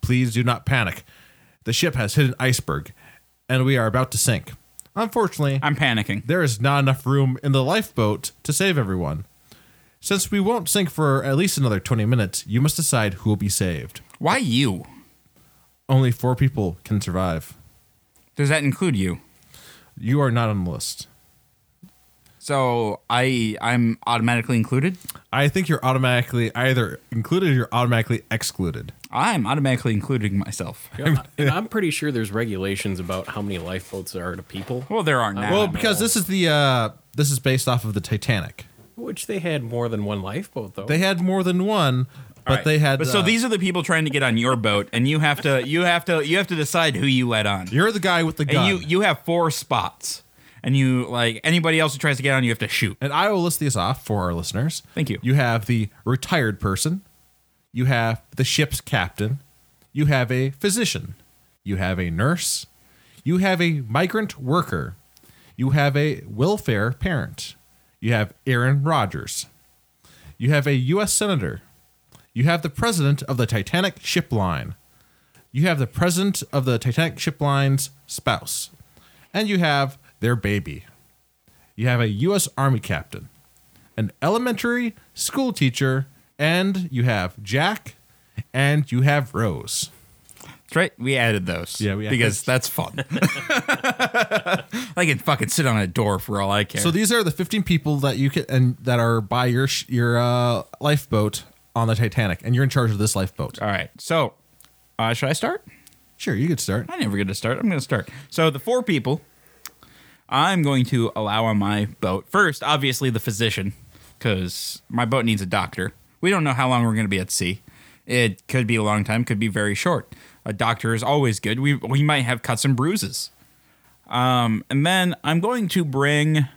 D: Please do not panic. The ship has hit an iceberg, and we are about to sink. Unfortunately,
B: I'm panicking.
D: there is not enough room in the lifeboat to save everyone. Since we won't sink for at least another 20 minutes, you must decide who will be saved.
B: Why you?
D: Only four people can survive.
B: Does that include you?
D: You are not on the list.
B: So I I'm automatically included.
D: I think you're automatically either included or you're automatically excluded.
B: I'm automatically including myself.
E: Yeah, and I'm pretty sure there's regulations about how many lifeboats there are to people,
B: Well, there are now.
D: Well, because this is the uh, this is based off of the Titanic.
E: which they had more than one lifeboat though.
D: They had more than one, but
B: All right.
D: they had.
B: But so
D: uh,
B: these are the people trying to get on your boat, and you have to you have to you have to decide who you let on.
D: You're the guy with the
B: and
D: gun,
B: you
D: and,
B: you have four spots, and you like anybody else who tries to get on, you have to shoot.
D: I will list these off for our listeners.
B: Thank you.
D: You have the retired person. You have the ship's captain. You have a physician. You have a nurse. You have a migrant worker. You have a welfare parent. You have Aaron Rodgers. You have a U.S. senator. You have the president of the Titanic ship line. You have the president of the Titanic ship line's spouse. And you have their baby. You have a U.S. Army captain, an elementary school teacher, and you have Jack, and you have Rose.
B: That's right. We added those.
D: Yeah, we added
B: because that's fun. [laughs] I can fucking sit on a door for all I care.
D: So these are the 15 people that you can and that are by your sh- your uh, lifeboat on the Titanic, and you're in charge of this lifeboat.
B: All right. So, uh, should I start?
D: Sure, you could start.
B: I never get to start. I'm going to start. So, the four people I'm going to allow on my boat. First, obviously, the physician, because my boat needs a doctor. We don't know how long we're going to be at sea. It could be a long time, could be very short. A doctor is always good. We, we might have cuts and bruises. Um, and then I'm going to bring.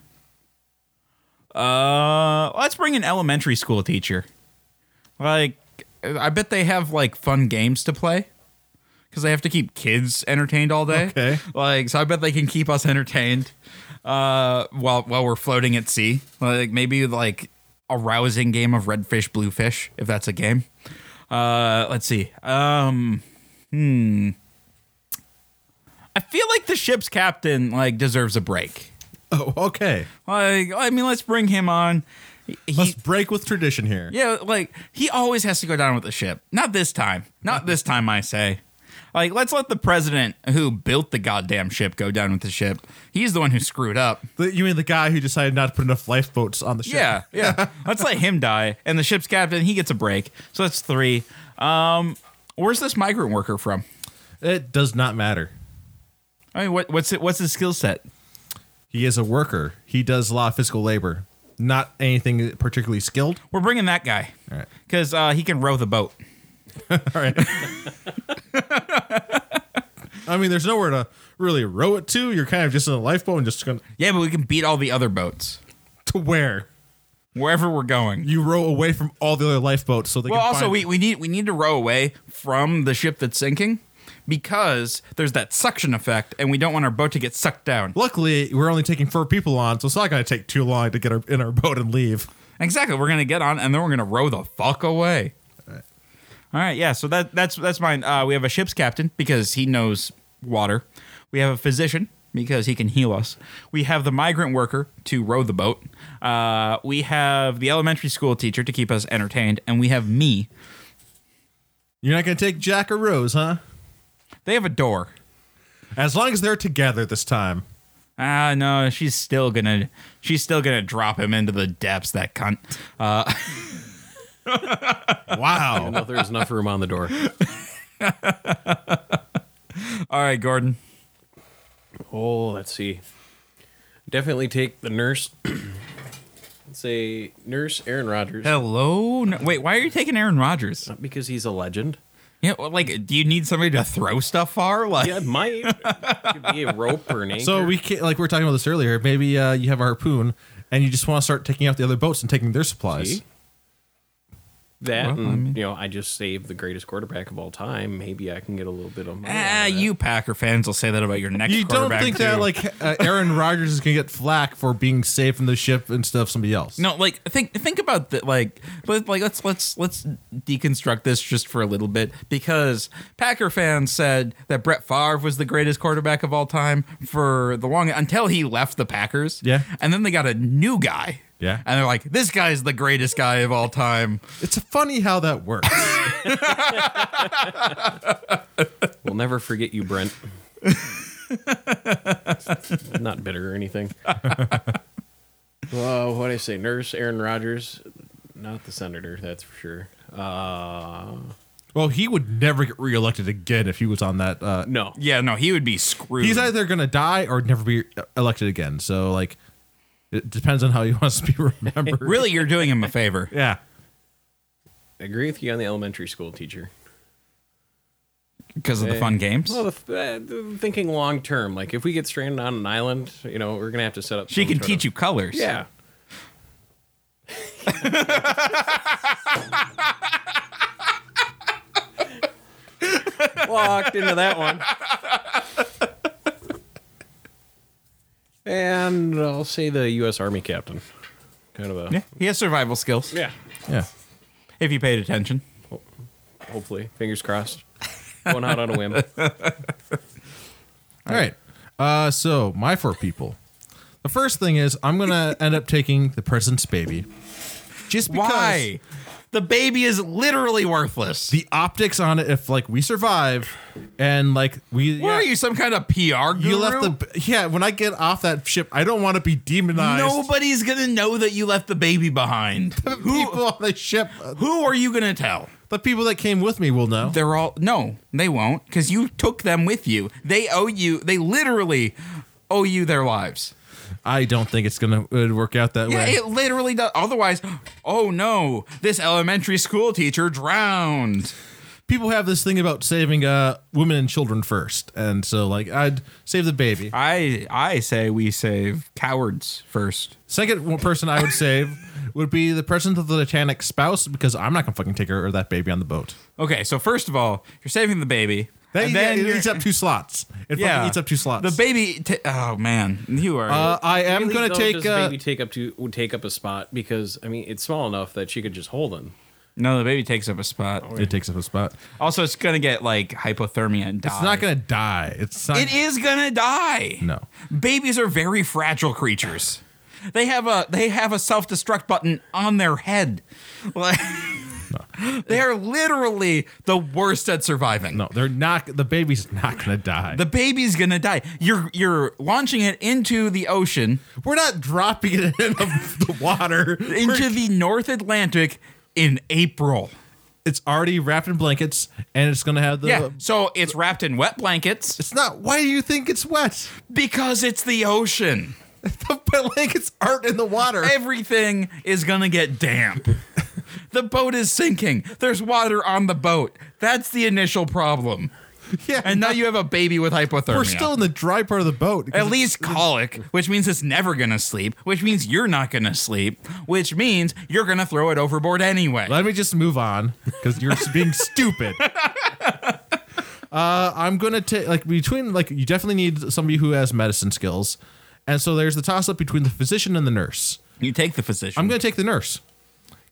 B: Uh, let's bring an elementary school teacher. Like, I bet they have like fun games to play because they have to keep kids entertained all day.
D: Okay.
B: Like, so I bet they can keep us entertained uh, while while we're floating at sea. Like, maybe like a rousing game of redfish, bluefish, if that's a game. Uh, let's see. Um, hmm. I feel like the ship's captain like deserves a break.
D: [laughs] Oh, okay.
B: Like, I mean, let's bring him on. He-
D: Let's break with tradition here.
B: Yeah, like he always has to go down with the ship. Not this time. Not this time, I say. Like, let's let the president who built the goddamn ship go down with the ship. He's the one who screwed up.
C: The- you mean the guy who decided not to put enough lifeboats on the ship?
B: Yeah, yeah. let's let him die. And the ship's captain, he gets a break. So that's three. Um, where's this migrant worker from?
D: It does not matter.
B: I mean, what, what's it? What's his skill set?
D: He is a worker. He does a lot of physical labor. Not anything particularly skilled.
B: We're bringing that guy
D: All right.
B: because uh, he can row the boat.
D: All right. [laughs] I mean, there's nowhere to really row it to. You're kind of just in a lifeboat and just going
B: Yeah, but we can beat all the other boats
D: to where
B: wherever we're going.
D: you row away from all the other lifeboats. So they
B: Well,
D: can
B: also
D: find-
B: we, we need we need to row away from the ship that's sinking because there's that suction effect, and we don't want our boat to get sucked down.
D: Luckily, we're only taking four people on, so it's not going to take too long to get our, in our boat and leave.
B: Exactly, we're gonna get on, and then we're gonna row the fuck away. All right, yeah. So that that's that's mine. Uh, we have a ship's captain because he knows water. We have a physician because he can heal us. We have the migrant worker to row the boat. Uh, we have the elementary school teacher to keep us entertained, and we have me.
D: You're not going to take Jack or Rose, huh?
B: They have a door.
D: As long as they're together this time.
B: Ah, no, she's still gonna, she's still gonna drop him into the depths. That cunt. Uh,
D: Wow.
E: No, there's enough room on the [laughs] door.
B: all right, Gordon.
E: Oh, let's see. Definitely take the nurse. [clears throat] Let's say Nurse Aaron Rodgers
B: Hello. No, wait, why are you taking Aaron Rodgers?
E: because he's a legend.
B: Yeah, well, like, do you need somebody to throw stuff far? Like,
E: Yeah, it might It could be a rope or
B: [laughs]
E: an anchor.
D: so we can't, like we were talking about this earlier. Maybe uh, you have a harpoon and you just want to start taking out the other boats and taking their supplies.
E: See? that
B: Well,
E: and,
B: I mean-
E: you know, I just saved the greatest quarterback of all time. Maybe I can get a little bit of money.
B: ah,
E: out of that.
B: you Packer fans will say that about your next.
D: You don't
B: quarterback,
D: think that
B: too.
D: like uh, Aaron Rodgers is gonna get flack for being safe from the ship and stuff somebody else?
B: No, like think think about that. Like, let, like let's let's let's deconstruct this just for a little bit because Packer fans said that Brett Favre was the greatest quarterback of all time for the long until he left the Packers.
D: Yeah.
B: and then they got a new guy.
D: Yeah.
B: and they're like, this guy's the greatest guy of all time.
D: it's funny how that works.
E: We'll never forget you, Brent. Not bitter or anything. [laughs] well, what I say, Nurse Aaron Rodgers, not the senator, that's for sure. Uh,
D: well, he would never get reelected again if he was on that. Uh,
E: no,
B: Yeah, no, he would be screwed.
D: he's either gonna die or never be elected again. So like, it depends on how he [laughs] wants to be
B: [laughs]
D: remembered.
B: really, you're doing him a favor.
D: Yeah.
E: I agree with you on the elementary school teacher.
B: because of the fun games.
E: Well, the, uh, the thinking long term, like if we get stranded on an island, you know, we're gonna have to set up.
B: She
E: some
B: can
E: sort
B: teach
E: of-
B: you colors.
E: Yeah. [laughs] Walked into that one. And I'll say the U.S. Army captain. Kind of a.
B: yeah, he has survival skills
E: Yeah.
D: Yeah.
B: if you paid attention.
E: Hopefully. Fingers crossed. Going out on
D: [laughs]
E: a whim.
D: All right. Uh, so my four people. The first thing is I'm gonna end up taking the president's baby, just because
B: Why? The baby is literally worthless.
D: the optics on it. If like we survive, and like we,
B: What
D: yeah,
B: are you, some kind of PR guru?
D: You left the yeah. When I get off that ship, I don't want to be demonized.
B: Nobody's gonna know that you left the baby [laughs] behind.
D: people on the ship, uh,
B: Who are you gonna tell?
D: the people that came with me will know.
B: They're all no, they won't, because you took them with you. They owe you. They literally owe you their lives.
D: I don't think it's gonna uh, work out that
B: Yeah,
D: way.
B: it literally does. Otherwise, oh no, this elementary school teacher drowned.
D: people have this thing about saving uh, women and children first, and so like I'd save the baby.
B: I I say we save cowards first.
D: Second one person I would save would be the president of the Titanic spouse because I'm not gonna fucking take her or that baby on the boat.
B: Okay, so first of all, you're saving the baby.
D: That
B: and
D: yeah,
B: then
D: it
B: you're-
D: eats up two slots. It fucking eats up two slots.
B: The baby. T- oh man, you are.
D: Uh, I am
E: Really,
D: gonna
E: though,
D: take.
E: does the
D: Uh,
E: baby take up to would take up a spot because I mean it's small enough that she could just hold him.
B: No, the baby takes up a spot.
D: It takes up a spot.
B: Also, it's gonna get like hypothermia and die.
D: It's not gonna die. It's not.
B: It is gonna die.
D: No.
B: Babies are very fragile creatures. They have a they have a self destruct button on their head. [laughs] Like they are literally the worst at surviving.
D: No, they're not. The baby's not gonna die.
B: The baby's gonna die. You're you're launching it into the ocean,
D: We're not dropping it in the, the [laughs] water.
B: into the North Atlantic in April.
D: It's already wrapped in blankets, and it's gonna have the.
B: Yeah. So it's wrapped in wet blankets
D: It's not. Why do you think it's wet? [laughs]
B: because it's the ocean.
D: The blankets aren't in the water.
B: Everything is gonna get damp. The boat is sinking. There's water on the boat. That's the initial problem.
D: [laughs] yeah, [laughs]
B: And now you have a baby with hypothermia.
D: we're still in the dry part of the boat.
B: at
D: [laughs]
B: least colic, which means it's never gonna sleep, which means you're not gonna sleep, which means you're gonna throw it overboard anyway.
D: Let me just move on because you're [laughs] being stupid. Uh, I'm gonna take like between like you definitely need somebody who has medicine skills, and so there's the toss up between the physician and the nurse.
B: You take the physician.
D: I'm gonna take the nurse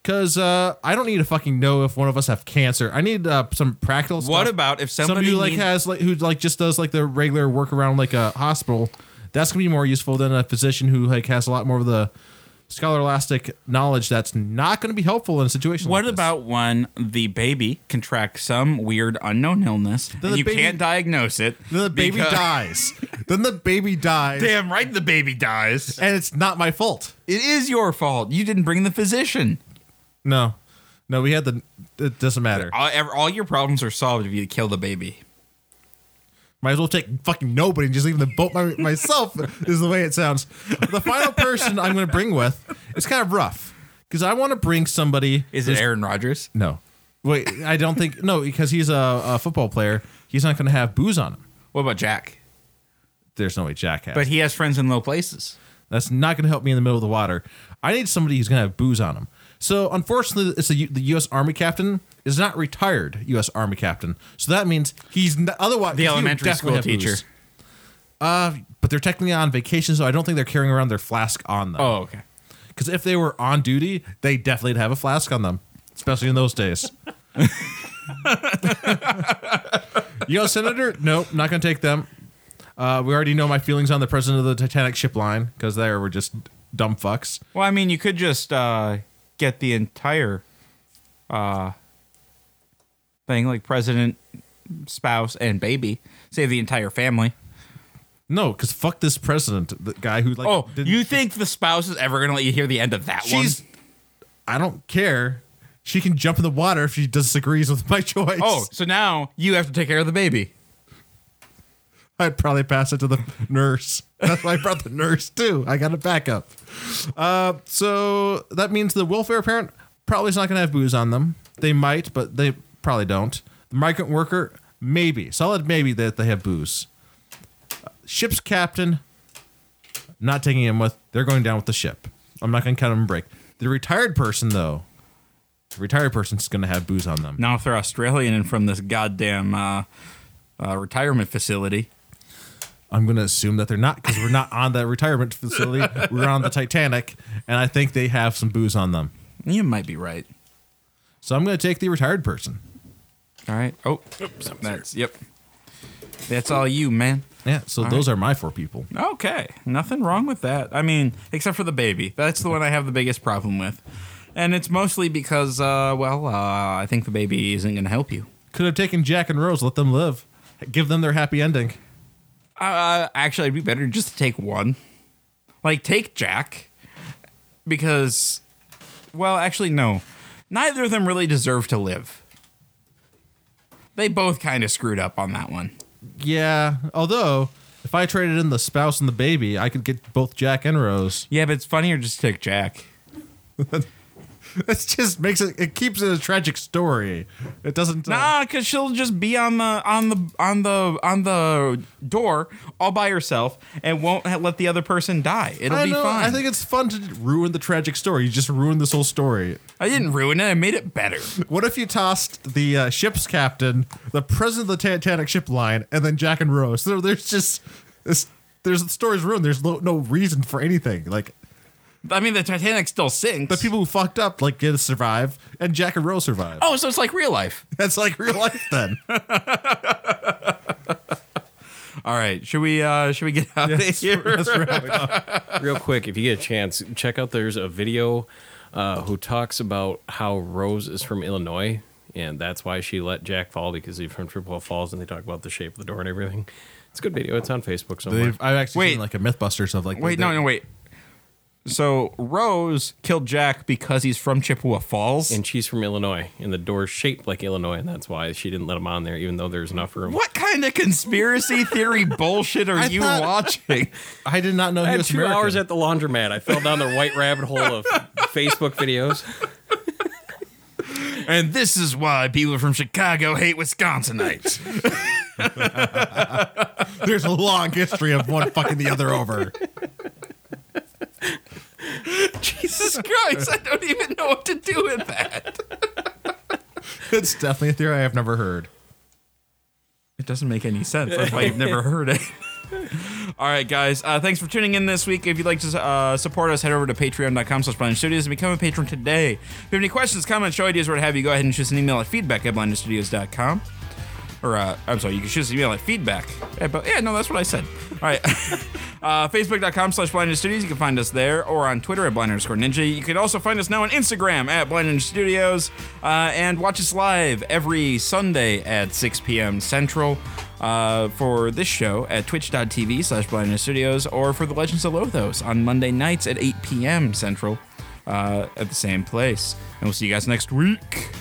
D: because uh, I don't need to fucking know if one of us have cancer. I need uh, some practical.
B: What
D: stuff.
B: about if somebody,
D: somebody who like
B: needs-
D: has like who like just does like the regular work around like a hospital? That's gonna be more useful than a physician who like has a lot more of the scholaristic knowledge. That's not gonna be helpful in a situation.
B: What
D: like this.
B: about when the baby contracts some weird unknown illness
D: Then
B: and
D: the
B: you
D: baby-
B: can't diagnose it?
D: Then the baby
B: because-
D: dies. then the baby
B: [laughs]
D: dies.
B: Damn right, the baby dies.
D: And it's not my fault.
B: It is your fault. You didn't bring the physician.
D: No. No, we had the. It doesn't matter.
B: All, ev- all your problems are solved if you kill the baby.
D: Might as well take fucking nobody and just leave the boat by [laughs] myself, is the way it sounds. The final person I'm going to bring with is kind of rough because I want to bring somebody.
B: Is it Aaron Rodgers?
D: No. Wait, I don't think. No, because he's a, a football player. He's not going to have booze on him.
B: What about Jack?
D: There's no way Jack has.
B: But he has friends in low places.
D: That's not going to help me in the middle of the water. I need somebody who's going to have booze on him. So unfortunately, it's a, U- the U.S. Army captain is not retired U.S. Army captain. So that means he's n otherwise
B: The
D: he would
B: elementary
D: definitely
B: school
D: have
B: teacher.
D: booze. Uh, but they're technically on vacation, so I don't think they're carrying around their flask on them.
B: Oh, okay.
D: because if they were on duty, they definitely'd have a flask on them, especially in those days. [laughs] Yo, Senator, nope, not gonna take them. Uh, we already know my feelings on the president of the Titanic ship line because they were just dumb fucks.
B: Well, I mean, you could just uh, get the entire uh, thing, like president, spouse, and baby. Save the entire family.
D: No, because fuck this president, the guy who like.
B: Oh,
D: didn't-
B: you think the spouse is ever going to let you hear the end of that
D: she's?
B: one?
D: I don't care. She can jump in the water if she disagrees with my [laughs] choice.
B: Oh, so now you have to take care of the baby.
D: [laughs] I'd probably pass it to the nurse. That's why I brought the nurse too. I got a backup. Uh, so that means the welfare parent probably is not going to have booze on them. They might, but they probably don't. The migrant worker, maybe solid, maybe that they have booze. Ship's captain, not taking him with. They're going down with the ship. I'm not going to cut him a break. The retired person though, the retired person's going to have booze on them.
B: Now, if they're Australian and from this goddamn uh, uh, retirement facility,
D: I'm going to assume that they're not because we're not on that retirement facility. We're on the Titanic, and I think they have some booze on them.
B: you might be right.
D: So I'm going to take the retired person.
B: All right. Oh, that's yep. That's all you, man.
D: Yeah. So those are my four people.
B: Okay, nothing wrong with that. I mean, except for the baby. That's the one I have the biggest problem with, and it's mostly because, uh, well, uh, I think the baby isn't going to help you.
D: Could have taken Jack and Rose, let them live, give them their happy ending.
B: Uh, actually, it'd be better just to take one. Like, take Jack. Because, well, actually, no. Neither of them really deserve to live. They both kind of screwed up on that one.
D: Yeah. Although, if I traded in the spouse and the baby, I could get both Jack and [laughs] Rose.
B: Yeah, but it's funnier just to take Jack.
D: That just makes it. It keeps it a tragic story. It doesn't. uh,
B: Nah, cause she'll just be on the on the on the on the door all by herself and won't ha- let the other person die. It'll
D: I
B: be
D: know.
B: fine.
D: I think it's fun to ruin the tragic story. You just ruin this whole story.
B: I didn't ruin it. I made it better.
D: What if you tossed the uh, ship's captain, the president of the Titanic ship line, and then Jack and Rose? So there's just this, there's the story's ruined. There's no, no reason for anything. Like
B: I mean, the Titanic still sinks.
C: But people who fucked up like did survive, and Jack and Rose
D: [laughs]
C: survived.
B: Oh, so it's like real life.
C: That's like real life then.
B: All right, should we uh should we get out of here?
E: Real quick, if you get a chance, check out there's a video uh, who talks about how Rose is from Illinois and that's why she let Jack fall because he's from Triple Falls and they talk about the shape of the door and everything. It's a good video. It's on Facebook somewhere.
D: They've, I've actually
B: Wait.
D: seen like a MythBusters of
B: [laughs]
D: like.
B: Wait,
D: they-
B: no, no, wait. So Rose killed Jack because he's from Chippewa Falls.
E: and she's from Illinois, and the door's shaped like Illinois, and that's why she didn't let him on there, even though there's enough
B: [laughs]
E: room.
B: what kind of conspiracy theory bullshit are you
D: thought-
B: watching?
D: I did not know
E: I
D: he
E: had
D: was
E: two
C: [laughs]
D: American.
E: hours at the laundromat. I fell down the white rabbit hole of [laughs] Facebook videos.
B: [laughs] And this is why people from Chicago hate Wisconsinites.
C: There's a long history of one fucking the other
E: [laughs]
C: over.
B: [laughs] Jesus Christ, I don't even know what to do with that.
C: It's definitely a theory I have never heard.
B: It doesn't make any sense. That's why you've never heard it. [laughs] All right, guys. Uh, thanks for tuning in this week. If you'd like to uh, support us, head over to patreon.com slash blind studios and become a patron today. If you have any questions, comments, show ideas, what have you, go ahead and shoot us an email at feedback at blindstudios.com. Or, uh, I'm sorry, you can shoot us an email at feedback. Yeah, but, yeah no, that's what I said. All right. [laughs] uh, Facebook.com slash blind studios. You can find us there or on Twitter at blind underscore ninja. You can also find us now on Instagram at blind ninja studios uh, and watch us live every Sunday at 6 p.m. Central uh, for this show at twitch.tv slash blind ninja studios or for the Legends of Lothos on Monday nights at 8 p.m. Central uh, at the same place. And we'll see you guys next week.